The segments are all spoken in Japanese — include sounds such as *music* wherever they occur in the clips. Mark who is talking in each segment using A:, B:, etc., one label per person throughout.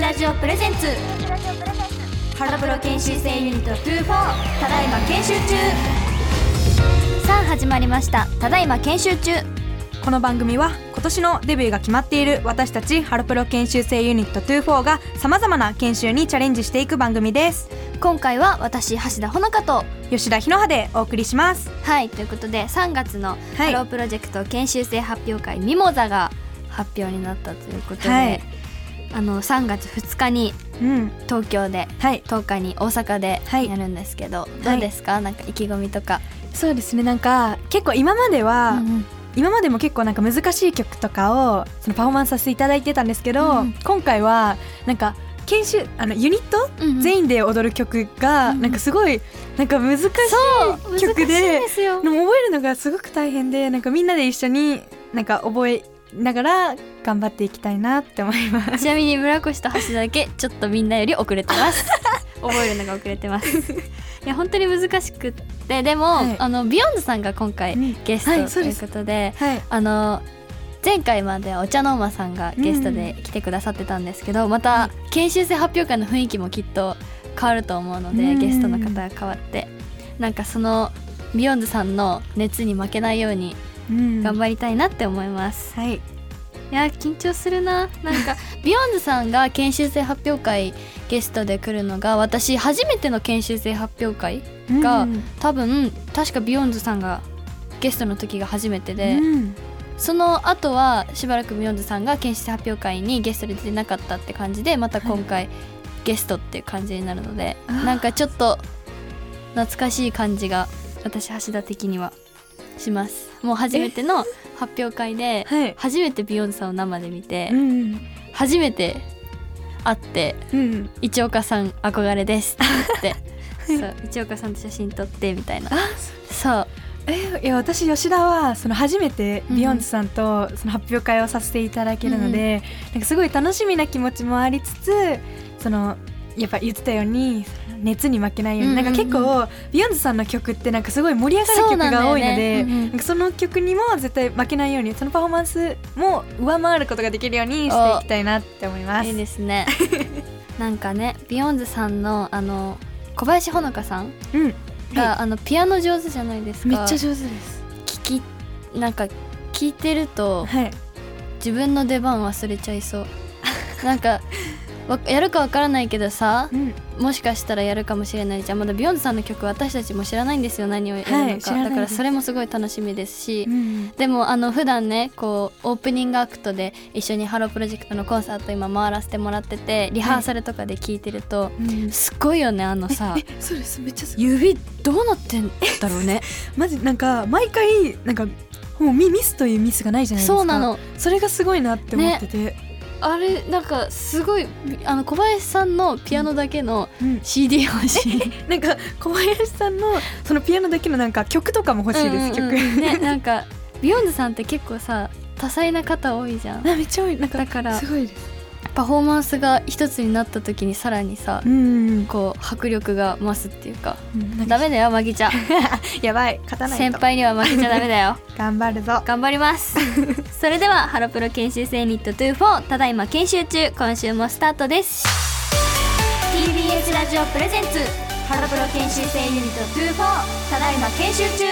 A: ラジオプレゼンツハロプロ研修生ユニット24ただいま研修中さあ始まりましたただいま研修中
B: この番組は今年のデビューが決まっている私たちハロプロ研修生ユニット24がさまざまな研修にチャレンジしていく番組です
A: 今回は私橋田穂香と
B: 吉田ひのはでお送りします
A: はいということで3月の
B: は
A: ハ
B: い
A: ロープロジェクト研修生発表会ミモザが発表になったということで、
B: はい
A: あの3月2日に
B: うん
A: 東京で
B: はい
A: 10日に大阪で
B: はい
A: やるんですけど、どうですか、なんか意気込みとか、
B: そうですねなんか結構今までは、
A: うんうん
B: 今までも結構なんか難しい曲とかをそのパフォーマンスさせていただいてたんですけど、
A: うん
B: 今回はなんか研修あのユニット
A: うんうん
B: 全員で踊る曲が
A: うん
B: なんかすごいなんか難しい
A: そう
B: 曲で
A: 難しいですよ
B: でも覚えるのがすごく大変でなんかみんなで一緒になんか覚えながら頑張っていきたいなって思います
A: ちなみに村越と橋田だけちょっとみんなより遅れて
B: *laughs*
A: ます覚えるのが遅れてますいや本当に難しくってでも、
B: はい
A: あのビヨンズさんが今回
B: うん
A: ゲスト
B: はいそ
A: と
B: う
A: い
B: で
A: う
B: す
A: ことで,、
B: はい
A: あの前回まではお茶の間さんがゲストで来てくださってたんですけど、また研修生発表会の雰囲気もきっと変わると思うので、
B: うん
A: ゲストの方が変わってなんかそのビヨンズさんの熱に負けないように
B: うん
A: 頑張りたいなって思います、
B: はい
A: いや緊張するななんか *laughs* ビヨンズさんが研修生発表会ゲストで来るのが私初めての研修生発表会が
B: うん
A: 多分確かビヨンズさんがゲストの時が初めてで、
B: うん
A: その後はしばらくビヨンズさんが研修生発表会にゲストで出てなかったって感じでまた今回ゲストっていう感じになるので、
B: あー
A: なんかちょっと懐かしい感じが私橋田的にはしますもう初めての発表会で
B: はい
A: 初めてビヨンズさんを生で見て、
B: うん
A: 初めて会って
B: うん
A: 「一岡さん憧れです」
B: *laughs*
A: って言ってそう一岡さんと写真撮ってみたいなそう
B: えいや私吉田はその初めて
A: うん
B: ビヨンズさんとその発表会をさせていただけるので、なんかすごい楽しみな気持ちもありつつそのやっぱ言ってたようにその熱に負けないように、
A: うんうんうん
B: なんか結構ビヨンズさんの曲ってなんかすごい盛り上がる
A: そう
B: 曲
A: なんだよね
B: が多いので
A: うんうん
B: なんかその曲にも絶対負けないようにそのパフォーマンスも上回ることができるようにしていきたいなって思います。
A: いいです
B: *laughs*
A: ねなんかねビヨンズさんのあの小林ほのかさん
B: うん、
A: が、
B: は
A: あのピアノ上手じゃないですか
B: めっちゃ上手です。
A: 聞きなんか聞いてると
B: はい、
A: 自分の出番忘れちゃいそうなんかわやるかわからないけどさ、
B: うん、
A: もしかしたらやるかもしれないじゃんまだビヨンズさんの曲私たちも知らないんですよ何をやるのか、
B: はい知らない
A: だから
B: です
A: それもすごい楽しみですし、
B: うん、
A: でもあの普段ねこうオープニングアクトで一緒にハロープロジェクトのコンサート今回らせてもらっててリハーサルとかで聞いてると、
B: うん
A: すごいよねあのさ
B: えそうです。めっちゃすごい
A: 指どうなってんだろうね
B: マジなんか毎回なんかもうミミスというミスがないじゃないですか
A: そうなの
B: それがすごいなって思ってて、
A: あれなんかすごいあの小林さんのピアノだけの
B: うん
A: CD 欲しい
B: なんか小林さんのそのピアノだけのなんか曲とかも欲しいです、
A: うんうんうん
B: 曲
A: ねなんかビヨンズさんって結構さ多彩な方多いじゃん
B: *laughs* あめっちゃ多いなんか
A: だから
B: すごいです
A: パフォーマンスが一つになった時にさらにさ、
B: うん
A: こう迫力が増すっていうか
B: なん
A: ダ
B: か
A: メだよマギちゃ *laughs* ん
B: やばい勝たないと
A: 先輩には負けちゃダメだ *laughs* よ
B: 頑張るぞ
A: 頑張ります *laughs* それではハロプロ研修生ユニット24ただいま研修中今週もスタートです TBS ラジオプレゼンツハロプロ研修生ユニット24ただいま研修中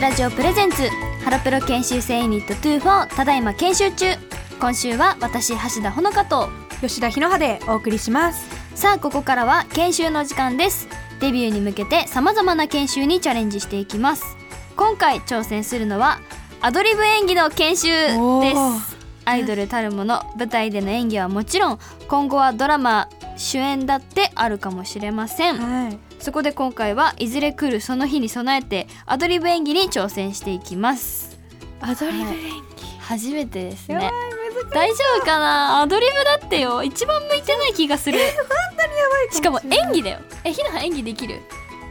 A: ラジオプレゼンツハロプロ研修生ユニット24ただいま研修中今週は私橋田穂香と
B: 吉田ひのはでお送りします
A: さあここからは研修の時間ですデビューに向けてさまざまな研修にチャレンジしていきます今回挑戦するのはアドリブ演技の研修です
B: おー
A: アイドルたるもの舞台での演技はもちろん今後はドラマ主演だってあるかもしれません
B: はい
A: そこで今回はいずれ来るその日に備えてアドリブ演技に挑戦していきます
B: アドリブ演
A: 初めてです
B: 技、やばい
A: ね
B: 難しい
A: 大丈夫かなアドリブだってよ一番向いてない気がするしかも演技だよえひなは演技できる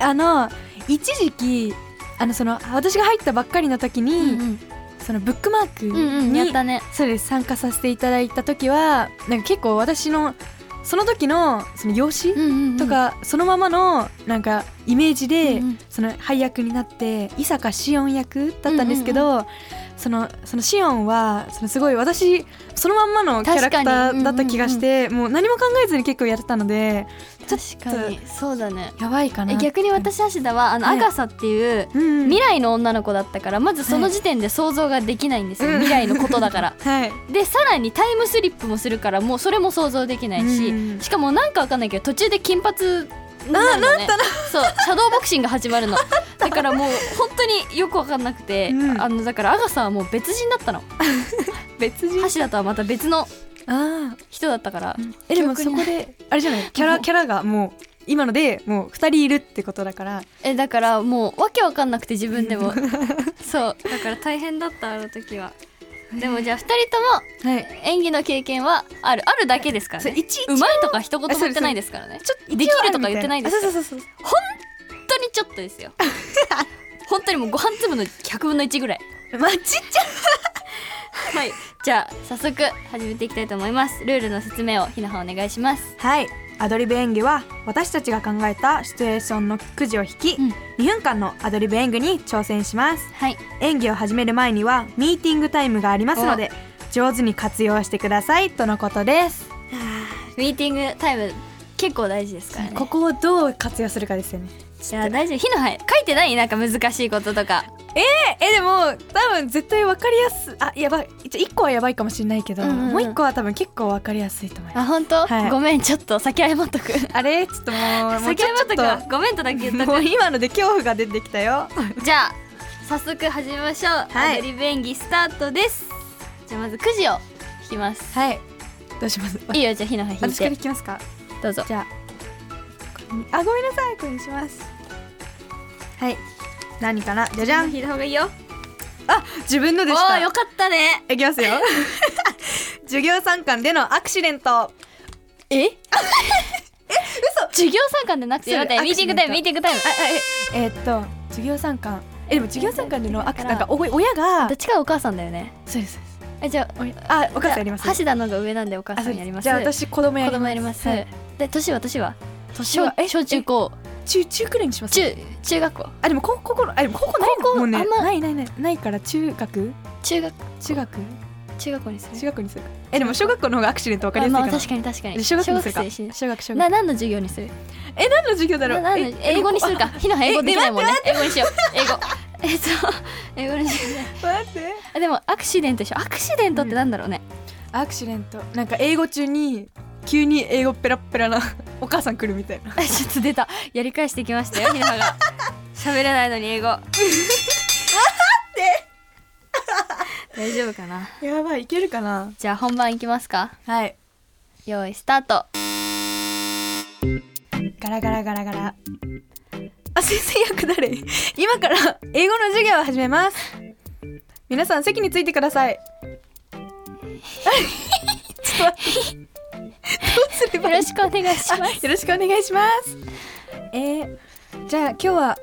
B: あの一時期あのその私が入ったばっかりの時に、
A: ん
B: そのブックマークに、
A: うんやったね
B: そうです参加させていただいた時はなんか結構私のその時のその容姿とか、そのままのなんかイメージで、
A: うんうん
B: その配役になって伊坂紫音役だったんですけど、そのその紫音はそのすごい私そのまんまのキャラクターだった気がして、もう何も考えずに結構やってたので
A: 確かにそうだね
B: やばいかな
A: え逆に私芦田はあの、
B: はい
A: アガサっていう
B: うん
A: 未来の女の子だったからまずその時点で想像ができないんですよ、未来のことだから
B: はい
A: でさらにタイムスリップもするからもうそれも想像できないし、
B: うん
A: しかもなんかわかんないけど途中で金髪になるのねそうシャドーボクシング始まるのだから *laughs* もう本当によくわかんなくて、
B: うん
A: あのだからアガサはもう別人だったの
B: 別人
A: 橋田とはまた別の
B: ああ
A: 人だったから、
B: えでも
A: 記憶
B: そ
A: に
B: こであれじゃないキャ *laughs* ラキャラがもう今のでもう二人いるってことだから
A: えだからもうわけわかんなくて自分 *laughs* でもそうだから大変だったあの時はでもじゃあ2人とも
B: はい
A: 演技の経験はあるあるだけですから
B: そ
A: ね
B: れ一
A: うまいとか一言も
B: あそ
A: 言
B: うで
A: っ
B: す
A: てないですからね
B: ちょ
A: できるとか言ってないです
B: あ
A: か
B: そ
A: ら
B: うそうそうそう
A: 本当にちょっとです *laughs* よ本当にもうご飯粒の100分の1ぐらい
B: まあちっちゃ
A: *laughs* はいじゃあ早速始めていきたいと思いますルールの説明をひなはお願いします
C: はいアドリブ演技は私たちが考えたシチュエーションのくじを引き、
A: うん
C: 2分間のアドリブ演技に挑戦します
A: はい
C: 演技を始める前にはミーティングタイムがありますので上手に活用してくださいとのことです
A: ミーティングタイム結構大事ですからね
B: ここをどう活用するかですよね
A: じゃあ大丈夫ひなは書いてないなんか難しいこととか
B: えでも多分絶対わかりやすいあやばい一応一個はやばいかもしれないけど、
A: うんうんうん
B: もう一個は多分結構わかりやすいと思います
A: あ本当、
B: はい
A: ごめんちょっと先謝っとく
B: あれちょっとも
C: *laughs*
B: うもう
A: 先
B: ちょ
A: 謝っと
B: っ
A: くわごめんとだけ言っと
B: と
A: く
B: もう
A: *laughs*
B: 今ので恐怖が出てきたよ
A: じゃあ早速始めましょう、
B: はい
A: アドリブ演技スタートですじゃあまずくじを引きます、
B: はいどうします
A: い、いよじゃあひなは引い
B: 私から
A: て
B: いきますか
A: どうぞ
B: じゃああごめんなさいこれにしますはい
C: 何かなじゃじ
A: じゃ
C: ゃ
A: あ
C: ん
A: 引いた方がいいよ
B: 自分の
A: お
B: でした
A: ーよかったね
C: いきます
A: *laughs*
C: よ授業参観でのアクシデント
A: *laughs* ええ嘘授業参観でなくて
B: そう
A: 待って
B: アク
A: ミーティ
B: シ
A: ング
B: デン
A: タ
B: ト
A: イムミーティングタイム
B: ええーっと授業参観えでも授業参観でのアク
A: だか
B: な
A: ら
B: んかお親が
A: どっちかお母さんだよね
B: そうですそうです
A: えじゃあ
B: おあお母さんやります
A: じゃあ橋田の方が上なんでお母
B: あ
A: さ
B: そうんで
A: やります
B: じゃあ私子供や
A: 子
B: ります
A: 供やります、
B: はい
A: で年は年は
B: 年
A: 小
B: はえ
A: 小中高
B: 中中くらいにします
A: 中中学校
B: あでも高高校のあでも高校ない
A: 高校
B: もんね
A: あんま
B: ないないないないから中学
A: 中学
B: 中学
A: 中学校にする
B: 中学にするえでも小学校の方がアクシデントわかり
A: あ
B: やすい
A: まあ
B: から
A: 確かに確かに
B: 小学校にするか
A: 生に
B: 小学小
A: な
B: 学
A: 何の授業にする
B: え何の授業だ
A: な
B: ろう
A: なん
B: え
A: の英語にするかひなは英語
B: え
A: できないもんね英語にしよう英
B: *laughs*
A: 語えっと英語にしよ
B: 待って
A: うあでもアクシデントでしょアクシデントってなんだろうね、 *laughs*
B: アクシデントなんか英語中に急に英語ペラッペラな *laughs* お母さん来るみたいな
A: ちょっと出たやり返してきました
B: *laughs*
A: よひなはが喋れないのに英語待って *laughs* 大丈夫かな
B: やばいいけるかな
A: じゃあ本番いきますか
B: はい
A: 用意スタート
B: ガラガラガラガラあ先生役誰 *laughs* 今から英語の授業を始めます皆さん席についてください
A: よ
B: ちょっと待ってどうすればいい
A: ろしくお願いします
B: *laughs* よろしくお願いしますえー、じゃあ今日は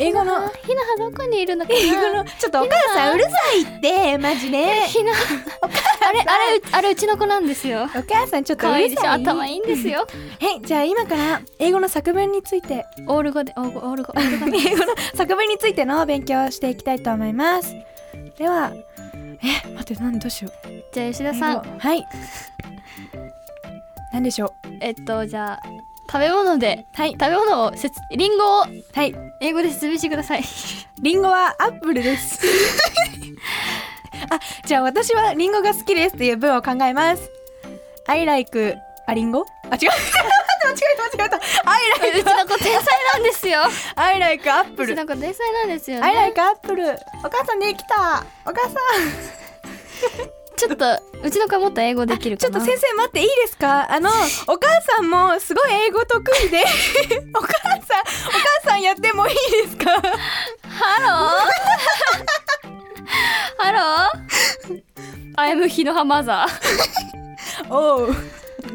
B: 英語の
A: ひなはどこにいるのかな
B: 英語の *laughs* ちょっとお母さんうるさいってマジで
A: ひなあれあれうあれうちの子なんですよ
B: *laughs* お母さんちょっと
A: 可
B: う
A: 愛いで
B: る
A: し
B: さ
A: ょ
B: い
A: 頭いいんですよ
B: はいじゃあ今から英語の作文について *laughs*
A: オール語でオール語オール語オール語 *laughs* なんだ
B: 英語の作文についての勉強をしていきたいと思いますではえ待って何どうしよう
A: じゃあ吉田さん
B: 英語はい何でしょう
A: えっとじゃあ食べ物で、
B: はい
A: 食べ物をせつリンゴを
B: はい
A: 英語で説明してください
B: リンゴはアップルですあじゃあ私はリンゴが好きですっていう文を考えます I like あリンゴあ違う間違えた間違えた I
A: うち
B: like
A: の子天才なんですよ
B: I like アップ
A: *laughs* うち
B: ル
A: の子天才なんですよね
B: I like アップルお母さんできたお母さん
A: ちょっとうちの子はもっと英語できる
B: ち
A: か
B: ょっと
A: な
B: 先生待っていいですかあの *laughs* お母さんもすごい英語得意で *laughs* お母さんお母さんやってもいいですか
A: ハローハロー I'm 日の葉マザー
B: おう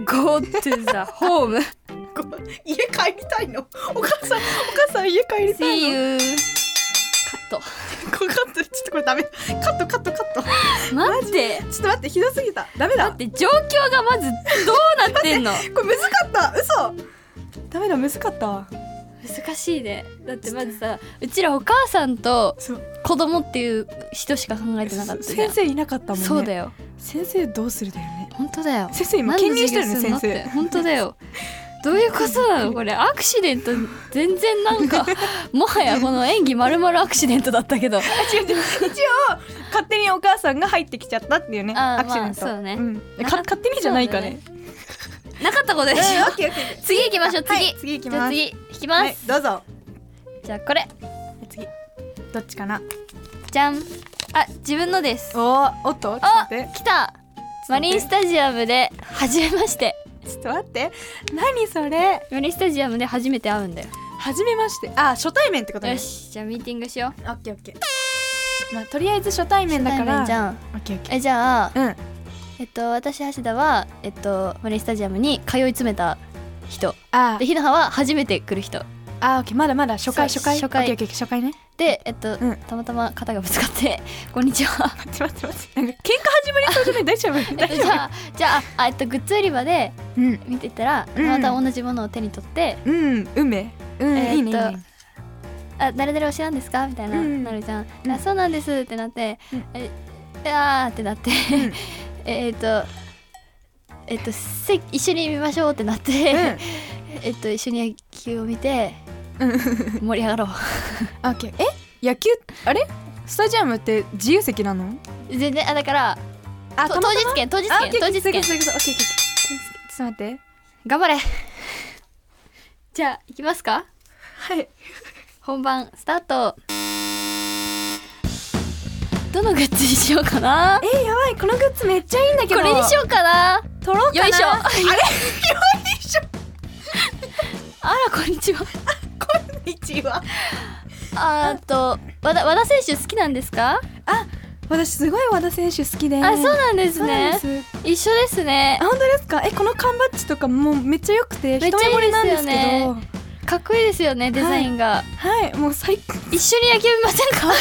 A: Go to the home
B: *laughs* 家帰りたいのお母さんお母さん家帰り
A: See you カッ
B: カットちょっとこれダメカットカットカットちょ
A: ト待って
B: っと待ってひどすぎたダメだ
A: で状況がまずどうなってんの
B: これむずかった嘘ダメだむずかったわ
A: 難しいねだってまずさうちらお母さんと
B: そう
A: 子供っていう人しか考えてなかったじゃん
B: 先生いなかったもんね
A: そうだよ
B: 先生どうするだ
A: *laughs*
B: よね
A: 本当だよ
B: 先生今
A: 何の
B: 兼任して
A: 授業
B: るね
A: すんの
B: 先
A: って
B: 生
A: 本当だ
B: *laughs*
A: よどういうことなのこれアクシデント全然なんか *laughs* もはやこの演技まるまるアクシデントだったけど
B: 勝手にお母さんが入ってきちゃったっていうね
A: あー
B: アクシデント、
A: まあそうね
B: ん、
A: な
B: か勝手にじゃないかね
A: *laughs* なかったことでし
B: うんオ
A: ょ
B: ッケーオッケー
A: 次行きましょう次、
B: はい次行きま
A: じ
B: す
A: ゃあ次引きます、
B: はいどうぞ
A: じゃあこれ
B: 次どっちかな
A: じゃんあ自分のです
B: おーおっとちょっと
A: あ
B: 待って
A: 来たマリンスタジアムで初めまして
B: ちょっと待って何それ
A: マリンスタジアムで初めて会うんだよ
B: 初めましてあ初対面ってことね
A: よしじゃあミーティングしよう
B: オッケーオッケーまあとりあえず初対面だか
A: 初対
B: ら
A: 面じゃん
B: オッケーオッケ
A: えじゃあ
B: ーうん
A: えっと私橋田はえっとマリンスタジアムに通い詰めた人
B: あ
A: で
B: ー
A: ひなはは初めて来る人
B: あーオッケーまだまだ初回
A: そう
B: 初回
A: 初回
B: オッケーオッケー初回ね
A: でえっと、
B: うん
A: たまたま肩がぶつかって *laughs* 「こんにちは
B: 待って待って待ってなんか喧嘩始まりそうじゃない大丈」夫
A: えっ
B: 大
A: と
B: 丈
A: じ
B: 夫
A: ゃあじゃああえっとグッズ売り場で
B: うん
A: 見てたら、
B: うん
A: たまたま同じものを手に取って
B: うん梅うん、
A: えーっと
B: いいねいいね
A: 「あ誰々推しなんですか?」みたいな、
B: うん
A: なるじゃん「
B: うん
A: あそうなんです」ってなって「
B: うん
A: えいやー」ってなって、 *laughs* えっとえっとせ一緒に見ましょうってなって、えっと一緒に野球を見て
B: うんうん
A: 盛り上がろう
B: オッケーえ野球あれスタジアムって自由席なの
A: 全然あだから
B: あ
A: と当日券当日券当日券
B: オッケーオッケーオッケーオッケーちょっと待って
A: 頑張れじゃあ行きますか
B: はい
A: 本番スタートどのグッズにしようかな
B: えー、やばいこのグッズめっちゃいいんだけ
A: こ
B: ど
A: れにしようかな
B: 取ろうかな
A: よいしょ
B: あ
A: あらこんにちは
B: れ一位は
A: あーっと和田和田選手好きなんですか、
B: 私すごい和田選手好きであ
A: あそうなんですね
B: です
A: 一緒ですね
B: あ本当ですかえこの缶バッジとかもうめっちゃ良くて
A: めっ
B: 一
A: ちゃいいですよね
B: 目惚れなんですけど
A: かっこいいですよねデザインが、
B: はいもう最高
A: 一緒に野球見ませんか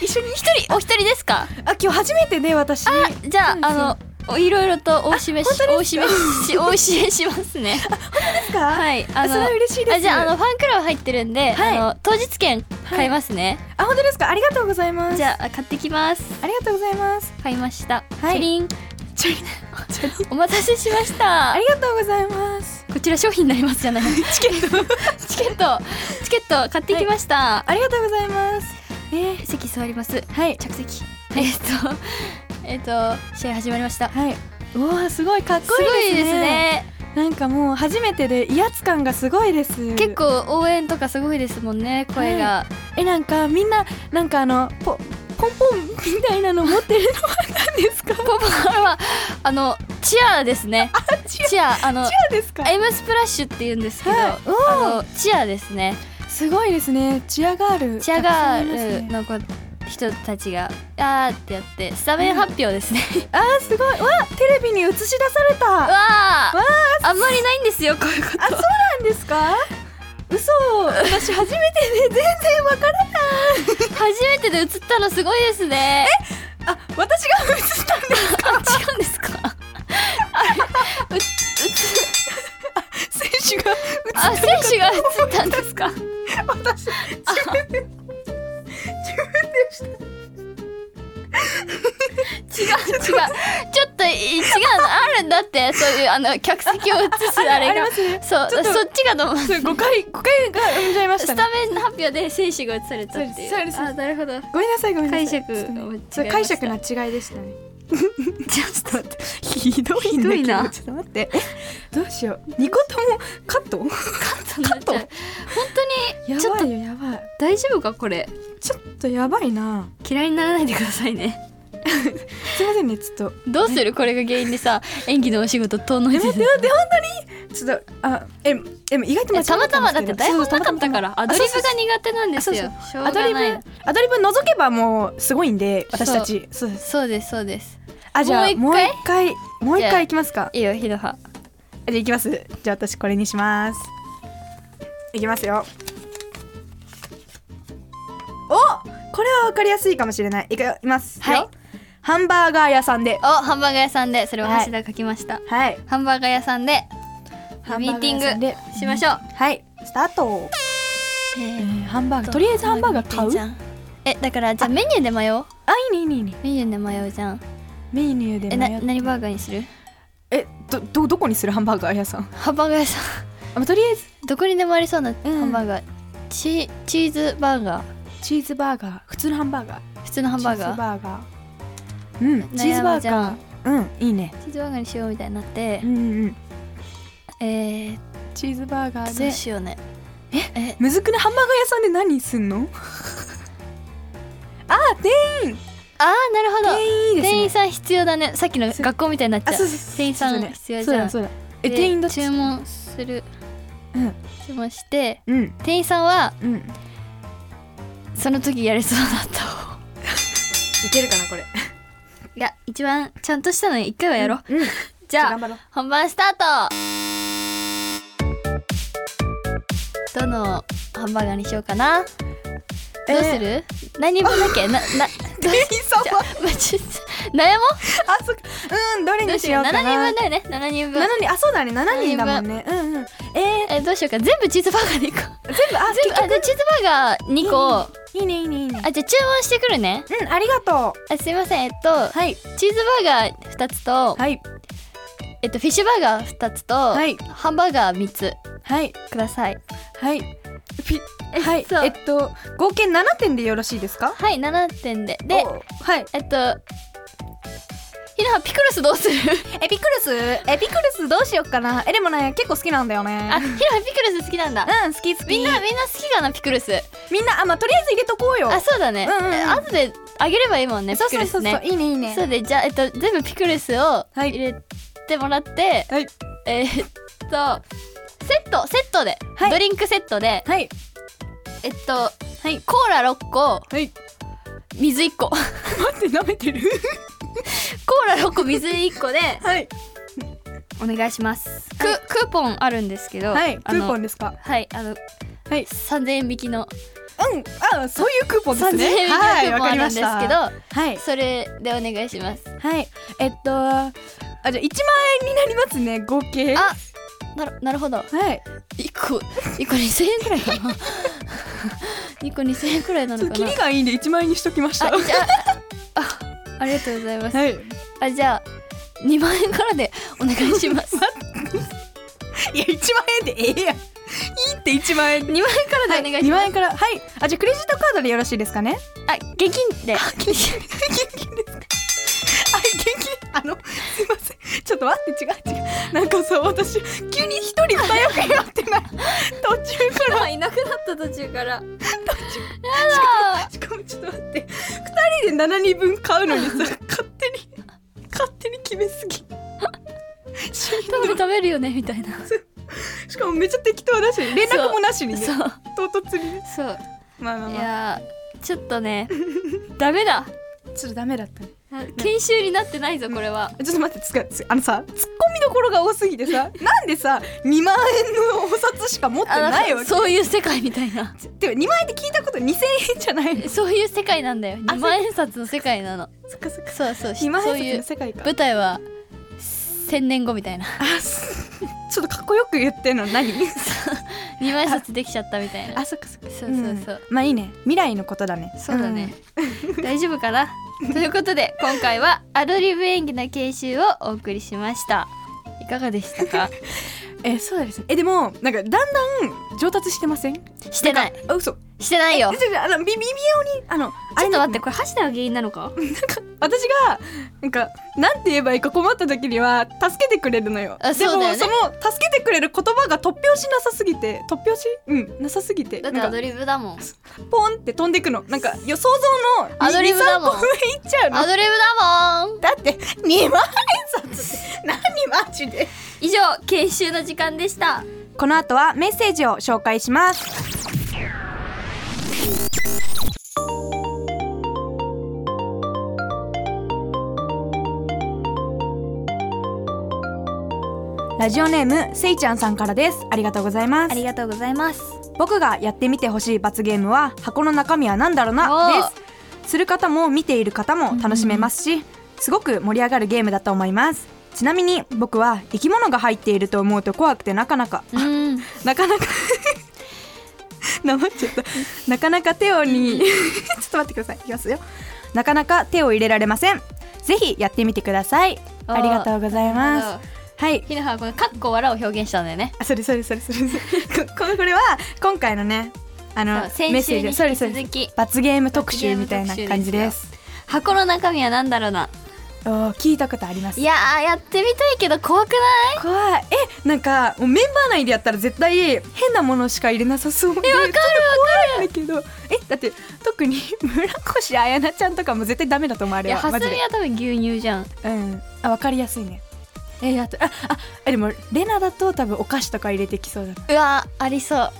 B: *laughs* 一緒に
A: 一人お一人ですか
B: あ今日初めてね私あ
A: じゃあ
B: そうですよ
A: あのおいろいろとお示しお示
B: *laughs*
A: しお教えしますね
B: ですかい
A: はいあ
B: それは
A: の
B: 嬉しいです
A: あじゃああのファンクラブ入ってるんで、
B: はい
A: あの当日券買いますね、
B: あ本当ですかありがとうございます
A: じゃあ買ってきます
B: ありがとうございます
A: 買いました、
B: はい
A: チャリン
B: チャリチャリ
A: お待たせしました
B: ありがとうございます
A: こちら商品になりますじゃないチケット *laughs* チケットチケット買ってきました、
B: ありがとうございますえー、
A: 席座ります
B: はい
A: 着席えっと *laughs* えっと試合始まりました
B: はい。うわあすごいかっこ
A: すご
B: い
A: い
B: い
A: で
B: ですすね。
A: ね
B: なんかもう初めてで威圧感がすごいです。
A: 結構応援とかすごいですもんね声が、
B: えなんかみんななんかあのポポンポン *laughs* みたいなの持ってるのは何ですか？
A: ポポはあのチアですね
B: チ
A: チア *laughs* あの
B: アですか？
A: M スプラッシュって言うんですけど、
B: はい
A: あのチアですね
B: すごいですね。チアガール。
A: チアガール
B: ル。
A: の子人たちがあーってやってスタメン発表ですね、
B: あーすごい。わあテレビに映し出され
A: *laughs*
B: た。
A: わあ
B: わ
A: あんまりないんですよこういうこと
B: あそうなんですか？嘘。私初めてで全然わからない。
A: 初めてで映ったのすごいですね
B: あ私が映したんです。
A: あ違うんですかあれううつ
B: 選手が映った
A: あ選手が映ったんですか
B: 私自分で自分でした。
A: 違う違うちょっとい違うのあるんだってそういうあの客席を映すあれ
B: あり
A: が
B: ますね。
A: そう
B: ちょっと
A: そっちがと思う
B: そう誤解誤解が生んじゃいまし
A: スタ
B: たね。
A: メン発表で選手が映されたってい
B: そうですそうで
A: う
B: す
A: あなるほど
B: ごめんなさいごめんなさい。
A: 解釈
B: ちょっと
A: を違い
B: ね
A: ました
B: そう解釈の違いでしたね。
A: ちょっと待って
B: ひどい
A: んだけど
B: ちょっと待って。えどうしよう。二個ともカット？
A: カット本当
B: や
A: にちょっ
B: ば
A: と
B: いよやばい。
A: 大丈夫かこれ
B: ちょっとやばいな。
A: 嫌いにならないでくださいね
B: すいませんねちょっと
A: どうするこれが原因でさ演技のお仕事遠のいてる
B: ちょっとあええ意外と間違
A: えたまたまだって台本なか
B: た
A: ったからアドリブが苦手なんですよしょうが
B: アドリブ
A: ない
B: アドリブ除けばもうすごいんで私たちそうです
A: そうですそうです
B: あじゃあ
A: も
B: も
A: う
B: う
A: 一
B: 一回もう一
A: じゃあ
B: 回いきますか
A: いいよひどは
B: じゃあいきますじゃあ私これにしますいきますよおこれはわかりやすいかもしれないいくよいきます
A: はい
B: よハンバーガー屋さんで
A: おハンバーガー屋さんでそれを
B: はい
A: 橋田書きました、
B: はい
A: ハンバーガー屋さんで
B: ハン
A: ミ
B: バ
A: ー
B: ー
A: テ
B: ガ
A: ィ
B: ー屋さんで
A: ングしましょう、
B: はいスタートハンバーガーとりあえずハンバーガー買う
A: えだからじゃあメニューで迷おう
B: あいいねいいねいいね
A: メニューで迷うじゃん
B: メニューで
A: え
B: 迷
A: な
B: っ
A: 何バーガーにする
B: えどどどこにするハンバーガー屋さん
A: ハンバーガー屋さ
B: あとりあえず
A: ん *laughs* どこにでもありそうなハンバーガー、チチーズバーガー
B: チーズバーガー普通のハンバーガー
A: 普通のハンバーガー
B: チーズバーガーうんチーズバーガーうんいいね
A: チーズバーガーにしようみたいになって
B: う、んうん
A: えー、
B: チーズバーガー
A: どう
B: で
A: しようねえ
B: むずくないハンバーガー屋さんで何すんの *laughs* あ店員
A: あーなるほど
B: 店員いいですね
A: 店員さん必要だねさっきの学校みたいになっちゃ
B: あ
A: う
B: そうそうそう
A: 店員さん
B: そうだね
A: 必要じ
B: そう
A: ゃん
B: だそうだえ
A: で
B: 店員だ
A: 注文する、
B: うん
A: 注文して
B: うん
A: 店員さんは
B: うんい
A: その時やれそうだった
B: けるかなこれ
A: いや一番ちゃんとしたのに一回はやろう、
B: うん
A: じゃあ
B: 頑張ろう
A: 本番スタートどのハンバーガーにしようかな、
B: えー
A: どうする何分だっけ *laughs* ななどうし
B: 店員さん
A: じゃ
B: は
A: あまあちょっと悩も
B: あそっかうんどれ
A: うどう
B: に
A: し
B: し
A: よ
B: よ
A: う
B: う
A: 7
B: か
A: 人
B: な
A: 分だよね7人分
B: 7人あそうだね7人だもんねうんうんえ
A: えどうしようか全部チーズバーガーでいこう
B: ー全部あ
A: 全部あじゃあチーズバーガー2個あ
B: いいねいいねいい
A: じ
B: ね
A: ゃあ注文してくるね
B: うんありがと
A: あすいませんえっと、
B: うはい
A: チーズバーガー2つと、
B: はい
A: えっとフィッシュバーガー2つと、
B: い
A: ハンバーガー3つ
B: はい
A: ください
B: はい。ピはい
A: そう。
B: えっと合計7点でよろしいですか？
A: はい7点でで
B: おはい。
A: えっとひなはピクルスどうする
B: エピクルスエピクルスどうしよっかな。えでもね結構好きなんだよね。
A: あひなはピクルス好きなんだ
B: うん好き好き。
A: みんなみんな好きかなピクルス
B: みんなあまあとりあえず入れとこうよ。
A: あそうだね、
B: うんうんうん
A: え後であげればいいもんねピ
B: そう
A: ク
B: そう
A: ル
B: そ
A: ス
B: うそ
A: ね
B: ういいねいい
A: そう
B: ね。
A: でじゃあえっと全部ピクルスを
B: はい
A: 入れてもらって、
B: はい
A: えーっとセットセットで、
B: はい
A: ドリンクセットで
B: はい
A: えっと、コーラ6個
B: はい。
A: 水1個 *laughs* コ
B: 待って舐めてる。
A: ーラ6個水1個で
B: はい
A: お願いします。ク、クーポンあるんですけど、
B: はいク
A: あの
B: ーポンですか？
A: はいあの
B: はい
A: 三千円引きの
B: うんあそういうクーポンです
A: 三
B: ね
A: 千円。引きのク
B: はい
A: ーポンあるんですけど、
B: わかりまし
A: それでお願いします。
B: たはいはいえっとあじゃあ1万円になりますね合計。
A: あなるなるほど
B: はい。
A: 一個一個二千円くらいかな。 *laughs* 一個二千円くらいな
B: ちょ
A: のか
B: っとキ
A: な
B: リ。がいいんで1万円にしときました。
A: あ
B: は
A: じゃああありがとうございます。
B: い。
A: あじゃあ二万円からでお願いし *laughs* ます。
B: いや1万円でええやんいいって1万円で
A: 二万円からでお願いし
B: 2
A: ま
B: 万
A: す。
B: 円からはいあじゃあクレジットカードでよろしいですかね
A: あ現金で。
B: あ現金あのすいませんちょっと待って違う違うなんかさ私急に一人伝えようかやってない途中か
A: いなくなった途中から。
B: らしかもちょっと待って2人で7人分買うのにさ勝手に勝手に決めすぎ *laughs* しん
A: 食べ食べるよねみたいな。
B: しかもめっちゃ適当だし連絡もなしにね
A: そう
B: 唐突にね
A: そう。
B: まあまあ
A: い
B: まあ
A: やーちょっと *laughs* ねダメだ
B: ちょっとダメだったね
A: 研修になってないぞこれは、
B: ちょっと待ってつかつあのさツッコミどころが多すぎ
A: *laughs*
B: てさなんでさ2万円のお札しか持って
A: あ
B: ない
A: の
B: わけ
A: そういう世界みたい *laughs* な
B: てか2万円って聞いたこと2000円じゃないの
A: そういう世界なんだよ二万円札の世界なの
B: そっかそっか
A: そうそうし
B: 2万
A: そうい
B: 円
A: う
B: 札の世界か
A: 舞台は千年後みたいな *laughs*
B: あす *laughs* ちょっとかっこよく言ってんの何
A: 二万円札できちゃったみたいな
B: あそっかそっか
A: そうそうそう、
B: まあいいね未来のことだね
A: そうだね、大丈夫かなということで今回はアドリブ演技の研修をお送りしましたいかがでしたか
B: うん、
D: えそうですねえでもなんかだんだん上達してません
A: してない
D: あ嘘
A: してないよ
D: え
A: ち
D: 違う違うあのビビビオにあのあ
A: ょ
D: れ
A: っと待ってこれ箸田が原因なのか
D: 私がなんかなんて言えばいいか困った時には助けてくれるのよ
A: あ
D: でも
A: そうだよね
D: その助けてくれる言葉が突拍子なさすぎて突拍子うんなさすぎて
A: だ
D: な
A: ってア
D: ん
A: ド
D: か
A: リブだもん
D: ポンって飛んでくのなんか予想像の
A: アドリブだもん
D: 2 3個上いっちゃうの
A: アドリブだもん
D: だって二万円札って何マジで
A: 以上研修の時間でした
B: この後はメッセージを紹介しますラジオネームせいちゃんさんからですありがとうございます
A: がとうございます
B: 僕がやってみてほしい罰ゲームは箱の中身は何だろう
A: お
B: な
A: ー
B: ですする方も見ている方も楽しめますし、すごく盛り上がるゲームだと思いますちなみに僕は生き物が入っていると思うと怖くてなかなか
A: うん
B: なかな *laughs* かなまっちゃったなかなか手をに *laughs* ちょっと待ってくださいいきますよなかなか手を入れられませんぜひやってみてください
A: おー
B: ありがとうござ
A: な
B: い
A: る
B: ま
A: ほ
B: す
A: ど
B: はい
A: ひなはこのカッコ笑を表現したんだよね
B: あそれそれそれそれ *laughs* それここのこれは今回のねあの
A: そう先
B: メッセ
A: 週に
B: ージ
A: 引き
B: それそれ
A: 続き
B: 罰ゲーム特集みたいな
A: 罰ゲーム特集ですよ
B: 感じです
A: 箱の中身は何だろうな
B: おー聞いたことあります
A: いやーやってみたいけど怖くない
B: 怖いえなんかもうメンバー内でやったら絶対変なものしか入れなさそうでえわかるわかるだけどえだって特に *laughs* 村越彩菜ちゃんとかも絶対ダメだと思うあ
A: い
B: れ
A: や
B: は
A: ハ
B: マ
A: ス
B: ジ
A: ミ
B: で
A: は多分牛乳じゃん
B: うんあわかりやすいねえやっとああえでもレナだと多分お菓子とか入れてきそうだな
A: うわありそう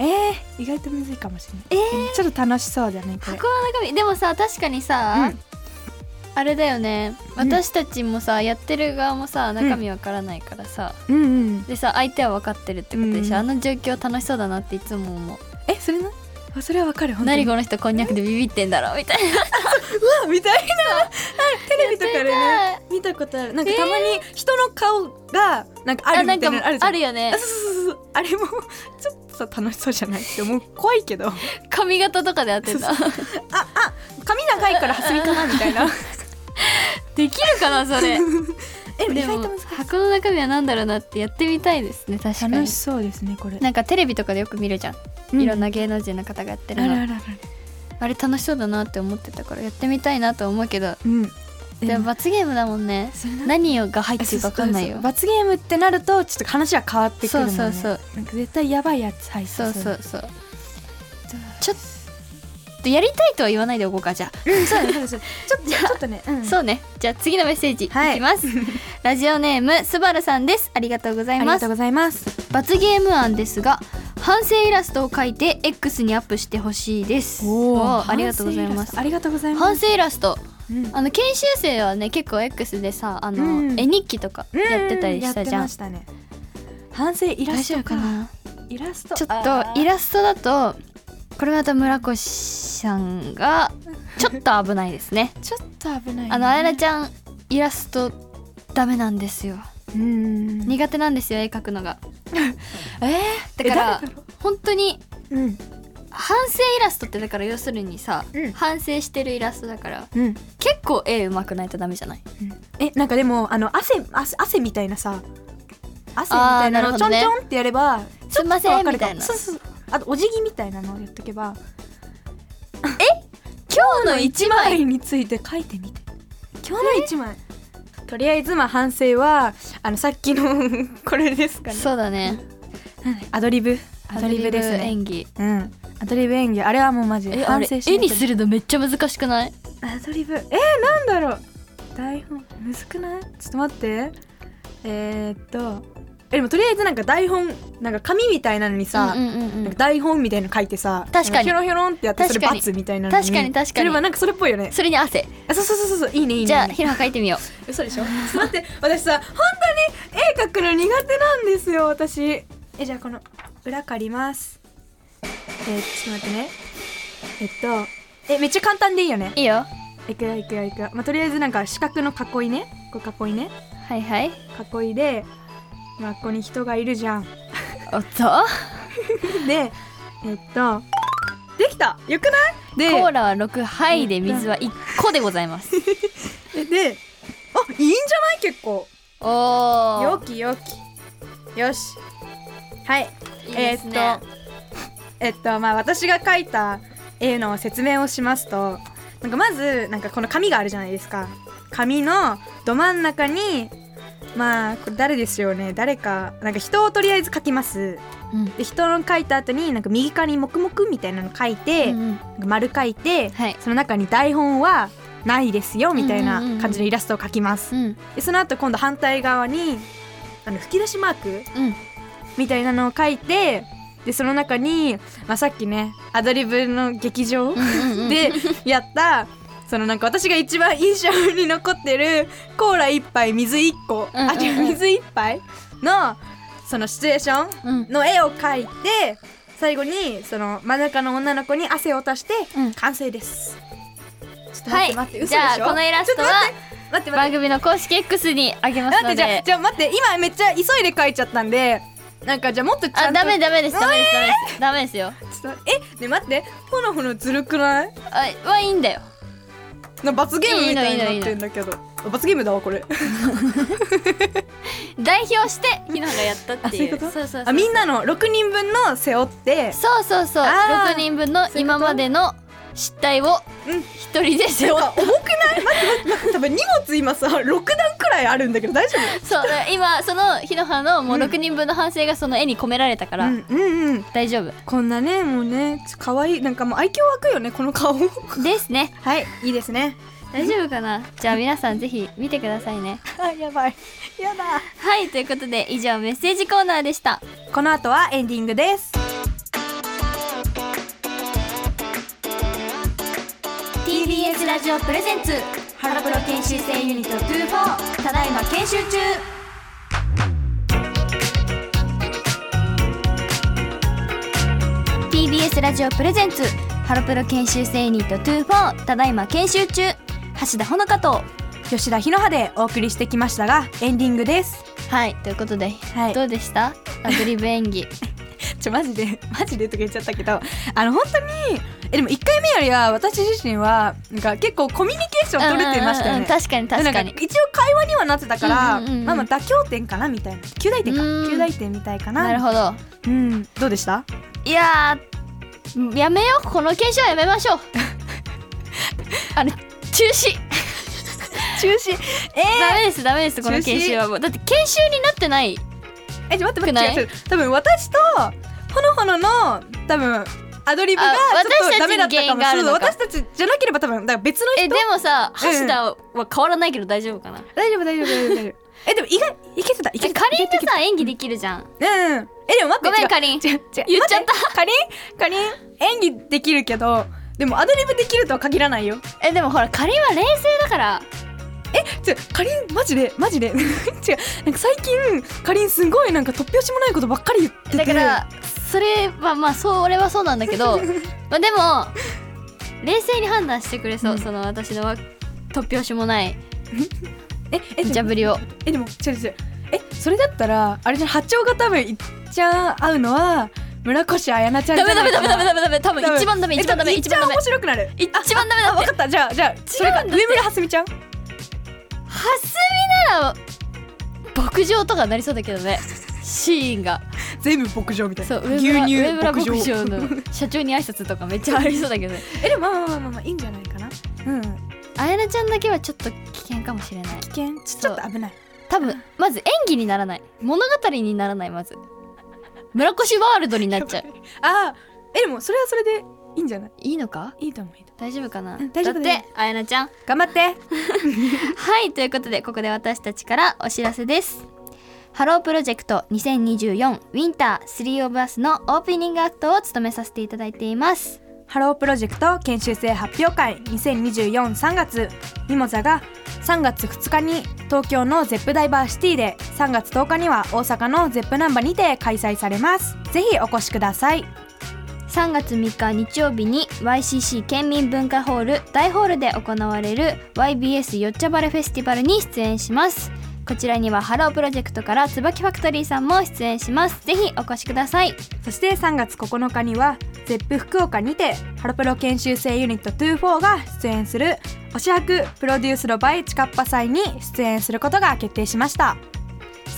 B: えー、意外とむずいかもしれないえちょっと楽しそうだねこれ
A: 箱の中身でもさ確かにさ、
B: うん
A: あれだよね私たちもさ、やってる側もさ中身わからないからさ、
B: うんうん
A: でさ相手は分かってるってことでしょ、
B: うん
A: あの状況楽しそうだなっていつも思う
B: えそれなあそれはわかる本当
A: 何
B: に
A: この人こんにゃくでビビってんだろみたい
B: *laughs*
A: な
B: うわみたいなあテレビとかで
A: や
B: ね見たことあるなんかたまに人の顔がなんかあるみたいなのあるじゃん
A: あるよね
B: *laughs* あそうそうそうそうあれもちょっとさ楽しそうじゃないって思う怖いけどあ
A: 髪型とかでやってた
B: あ髪長いからはすみかなみたいな
A: できるかなそれ
B: *laughs* え
A: でも箱の中身は何だろうなってやってみたいですね確かに
B: 楽しそうですねこれ
A: なんかテレビとかでよく見るじゃん、
B: うん
A: いろんな芸能人の方がやって
B: あ
A: る
B: らあ
A: の
B: ら
A: あ
B: あら
A: れ楽しそうだなって思ってたからやってみたいなと思うけど
B: うん
A: でも罰ゲームだもんね
B: それな
A: 何が入ってるか分かんない
B: そうそ
A: よ
B: うそう罰ゲームってなるとちょっと話は変わってくるもんね
A: そうそう
B: なんか絶対やばいやつ入って
A: そう
B: だ
A: そうそうちょっとやりたいとは言わないでおこうかじゃあ
B: うん *laughs* そうだねそうだねそうだねちょっとちょっとね *laughs* うん
A: そうねじゃあ次のメッセージいき
B: はい
A: ます *laughs* ラジオネームすばるさんですありがとうござ
B: あ
A: い
B: り
A: ま
B: がと
A: す
B: うございます
A: 罰ゲーム案ですが反省イラストを描いて X にアップしてほしいですおーありがとうございます
B: ありがとうございま
A: 反
B: す
A: 省イラスト
B: うん
A: あの研修生はね結構 X でさあの、
B: うん
A: 絵日記とかやってたりしたじゃ
B: うんやってま
A: ん
B: したね反省イラ
A: 大
B: ス
A: 丈
B: ト
A: 夫かな
B: イラスト
A: ちょっとイラストだとこれまた村越さんがちょっと危ないです
B: *laughs*
A: ね
B: ちょっと危ない
A: あのあやなちゃんイラストダメなんですよ
B: うん
A: 苦手なんですよ絵描くの
B: *laughs*
A: が
B: えー
A: だから
B: え誰だろ
A: 本当に
B: うん
A: 反省イラストってだから要するにさ、
B: うん
A: 反省してるイラストだから
B: うん
A: 結構絵うまくないとダメじゃない
B: えなんかでもあの汗汗汗みたいなさ汗み
A: あー
B: たいな
A: なる
B: の
A: ほ
B: ちょ
A: ど
B: ん
A: ね
B: ちょんってやれば
A: すいませ
B: わ
A: ん
B: か
A: み
B: るか
A: た
B: も
A: いな
B: そうそうそうあとお辞儀みたいなのをやっとけば
A: 今日の一枚
B: について書いてみて今日の一枚とりあえずまあ反省はあのさっきの *laughs* これですかね
A: そうだね
B: アドリブアドリブです
A: アドリブ
B: ね
A: 演技
B: うんアドリブ演技あれはもうマジで
A: えあ
B: 反
A: れ
B: 省しない
A: 絵
B: と
A: にするのめっちゃ難しくない
B: アドリブえー、なんだろう台本むずくないちょっと待ってえー、っとえでもとりあえずなんか台本なんか紙みたいなのにさ、
A: うんうんうんう
B: なん
A: ん
B: か台本みたいなの書いてさ
A: 確かに
B: なんヒョロヒョロンってやってそ
A: 確
B: れ
A: かに
B: 罰みたいなのに
A: 確かに確かに
B: それはなんかそれっぽいよね
A: それに汗
B: あそうそうそうそういいねいいね
A: じゃあ
B: いいね
A: ひな描いてみよう
B: 嘘でしょちょっと待って私さ本当に絵描くの苦手なんですよ私えじゃあこの裏借りますえちょっと待ってねえっとえめっちゃ簡単でいいよね
A: いいよ
B: いくよいくよいくよ、まあ、とりあえずなんか四角の囲いねこう囲いね
A: はいはい
B: 囲いで、まあ、ここに人がいるじゃん
A: おっと
B: でえっとできたよくないで
A: コーラは6杯で水は1個でございます。
B: であいいんじゃない結構
A: おお。
B: よきよきよしはい
A: いいですね
B: えっとえっとまあ私が書いた絵の説明をしますとなんかまずなんかこの紙があるじゃないですか紙のど真ん中にまあこれ誰ですよね誰かなんか人をとりあえず書きます、
A: うん
B: で人の書いた後になんか右側に黙々みたいなの書いて、
A: うんうん
B: なんか丸書いて、
A: はい
B: その中に台本はないですよみたいな
A: うんうんうんうん
B: 感じのイラストを描きます、
A: うん
B: でその後今度反対側にあの吹き出しマーク
A: うん
B: みたいなのを書いてでその中に、まあ、さっきねアドリブの劇場
A: うんうん
B: でやったそのなんか私が一番印象に残ってるコーラ一杯水一個、
A: うんうんうん
B: あ違う水一杯のそのシチュエーション
A: うん
B: の絵を描いて最後にその真ん中の女の子に汗を足して
A: うん
B: 完成です、ちょっと
A: はい
B: 待って待って、
A: じゃあこのイラストは
B: 待って待
A: 番
B: って
A: 組の公式 X にあげます
B: 待っ
A: の
B: てじゃあ
A: で
B: じゃあ待って今めっちゃ急いで描いちゃったんでなんかじゃあもっとちゃ
A: あ
B: んと
A: ダメダメです
B: うえー
A: ダメですダメですダメですよ
B: ちょっとえね待ってほのほのずるくない
A: あはいいんだよ
B: な罰ゲームみたいになってんだけどあ罰ゲームだわこれ
A: 代表してひながやったっていう
B: *laughs* あそういうこと
A: そうそうそ
B: あ
A: う
B: みんなの6人分の背負って
A: そうそうそう
B: あー
A: 6人分の今までの失態を
B: うん
A: 一人で背負っ
B: あ重くない待って待って待って多分荷物今さ6段くらいあるんだけど大丈
A: *laughs*
B: 夫
A: そうだから今その日の葉のもう6人分の反省がその絵に込められたから、
B: うんうんうん
A: 大丈夫
B: こんなねもうねちょ可愛いなんかもう愛嬌湧くよねこの顔
A: ですね
B: *laughs* はいいいですね
A: 大丈夫かな *laughs* じゃあ皆さんぜひ見てください *laughs* ね
B: あやばいやだ
A: はいということで以上メッセージコーナーでした
B: この後はエンディングです
A: TBS ラジオプレゼンツハロプロ研修生ユニット24ただいま研修中ラジオプレゼンツハロプロ研修生ユニット24ただいま研修中橋田ほのかと
B: 吉田ひのはでお送りしてきましたがエンディングです
A: はいということで、
B: はい
A: どうでしたアドリブ演 *laughs* 技
B: ちょマジで *laughs* マジでとか言っちゃったけどあの本当にえでも1回目よりは私自身はなんか結構コミュニケーション取れてましたよ
A: うんうんうん
B: ね
A: 確かに確か
B: な
A: に
B: ん一応会話にはなってたから、
A: うんうんうんうん
B: まあまあ妥協点かなみたいな旧大点か
A: うん
B: 旧大点みたいかな
A: なるほど
B: うんどうでした
A: いやーやめようこの研修はやめま
B: *laughs*
A: しょうあの中止
B: 中止えー
A: ダメですダメですこの研修はもうだって研修になってない
B: えちょ待って
A: くな
B: 待
A: い
B: って違う違う多分私とほのほのの多分アドリブが
A: あ
B: ちょっ
A: 私たちに
B: とダメだった
A: 原
B: か
A: 因
B: も
A: がある
B: そう
A: のか
B: 私たちじゃなければ多分だから別の
A: え
B: 人
A: でもさ
B: うん
A: 橋田は変わらないけど大丈夫かな、
B: 大丈夫大丈夫大丈夫大丈夫えでも意外いけてたいけ
A: え
B: てた
A: かりん
B: いけ
A: っててさ演技できるじゃん
B: たうんうんえでも待
A: ご
B: って
A: め
B: 違
A: ん
B: う
A: かりん
B: 違う違
A: 言っ
B: う
A: ちゃっ
B: かりんかりん演技できるけどでもアドリブできるとは限らないよ
A: たえでもほらかりんは冷静だから
B: 違うかりんマジでマジで *laughs* 違うなんか最近かりんすごいなんか突拍子もないことばっかり言ってて
A: だからそれはまあそれはそうなんだけ
B: *laughs*
A: どまあでも冷静に判断してくれそう、
B: うん
A: その私のわ突拍子もない
B: ええ
A: 無茶ぶりを
B: えでも違う違うえそれだったらあれじゃん波長が多分いっちゃん合うのは村越彩菜ちゃんじ
A: ダ
B: ゃな
A: メ
B: い
A: ダメダメダメダ
B: メ
A: メダメ多分一番ダメ一番ダメ一番ダメ
B: 面白くなる
A: 一番ダメだ
B: あ
A: って
B: 分かったじゃあじゃあそれか
A: 違うんだって
B: 上村はすみちゃん
A: はすみなら牧場とかなりそうだけどねシーンが
B: 全部牧場みたい
A: そ
B: な
A: う上村上村
B: 牛
A: 牧
B: 乳牧
A: 場
B: 場
A: の社長に挨拶とかめっちゃありそうだけどね
B: *laughs* えでもまあまあまあまあいいんじゃないかなうん危
A: あやなちゃんだけはちょっと危険かもしれない
B: 険ちょちょっと危ない
A: 多分まず演技にならない物語にならないまず村越ワールドになっちゃう
B: あーえでもそれはそれでいいんじゃない
A: いいのか
B: いいと思ういいと思
A: 大丈夫かな
B: うん大丈夫だ
A: だっ
B: よ
A: てあやなちゃん
B: う頑張って
A: はいということでここで私たちからお知らせですハロープロジェクト2024ウィンター3オブアスのオープニングアクトを務めさせていただいています
B: ハロープロジェクト研修生発表会20243月ミモザが3月2日に東京のゼップダイバーシティで3月10日には大阪のゼップナンバにて開催されますぜひお越しください
A: 3月3日日曜日に YCC 県民文化ホール大ホールで行われる YBS よっちゃばれフェスティバルに出演しますこちらにはハロープロジェクトから椿ファクトリーさんも出演しますぜひお越しください
B: そして3月9日にはゼップ福岡にてハロプロ研修生ユニット24が出演する「推し博プロデュースロバイチカッパ祭」に出演することが決定しました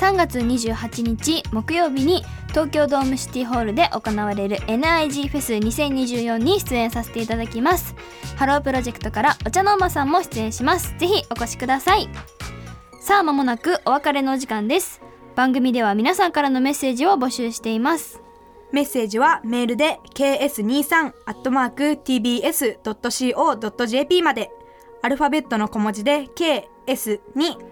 A: 3月28日木曜日に東京ドームシティホールで行われる NIG フェス2024に出演させていただきますハロープロジェクトからお茶の間さんも出演しますぜひお越しくださいさあ間もなくお別れのお時間です番組では皆さんからのメッセージを募集しています
B: メッセージはメールで ks23-tbs.co.jp まで。アルファベットの小文字で ks2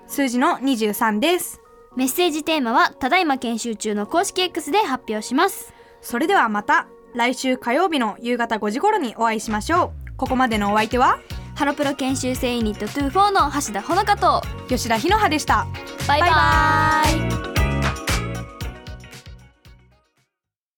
B: 数字の23です。
A: メッセージテーマはただいま研修中の公式 X で発表します
B: それではまた来週火曜日の夕方5時頃にお会いしましょう。ここまでのお相手は
A: ハロプロ研修生ユニット24の橋田穂香と
B: 吉田ひのはでした。
A: バイバ
B: バイ
A: イ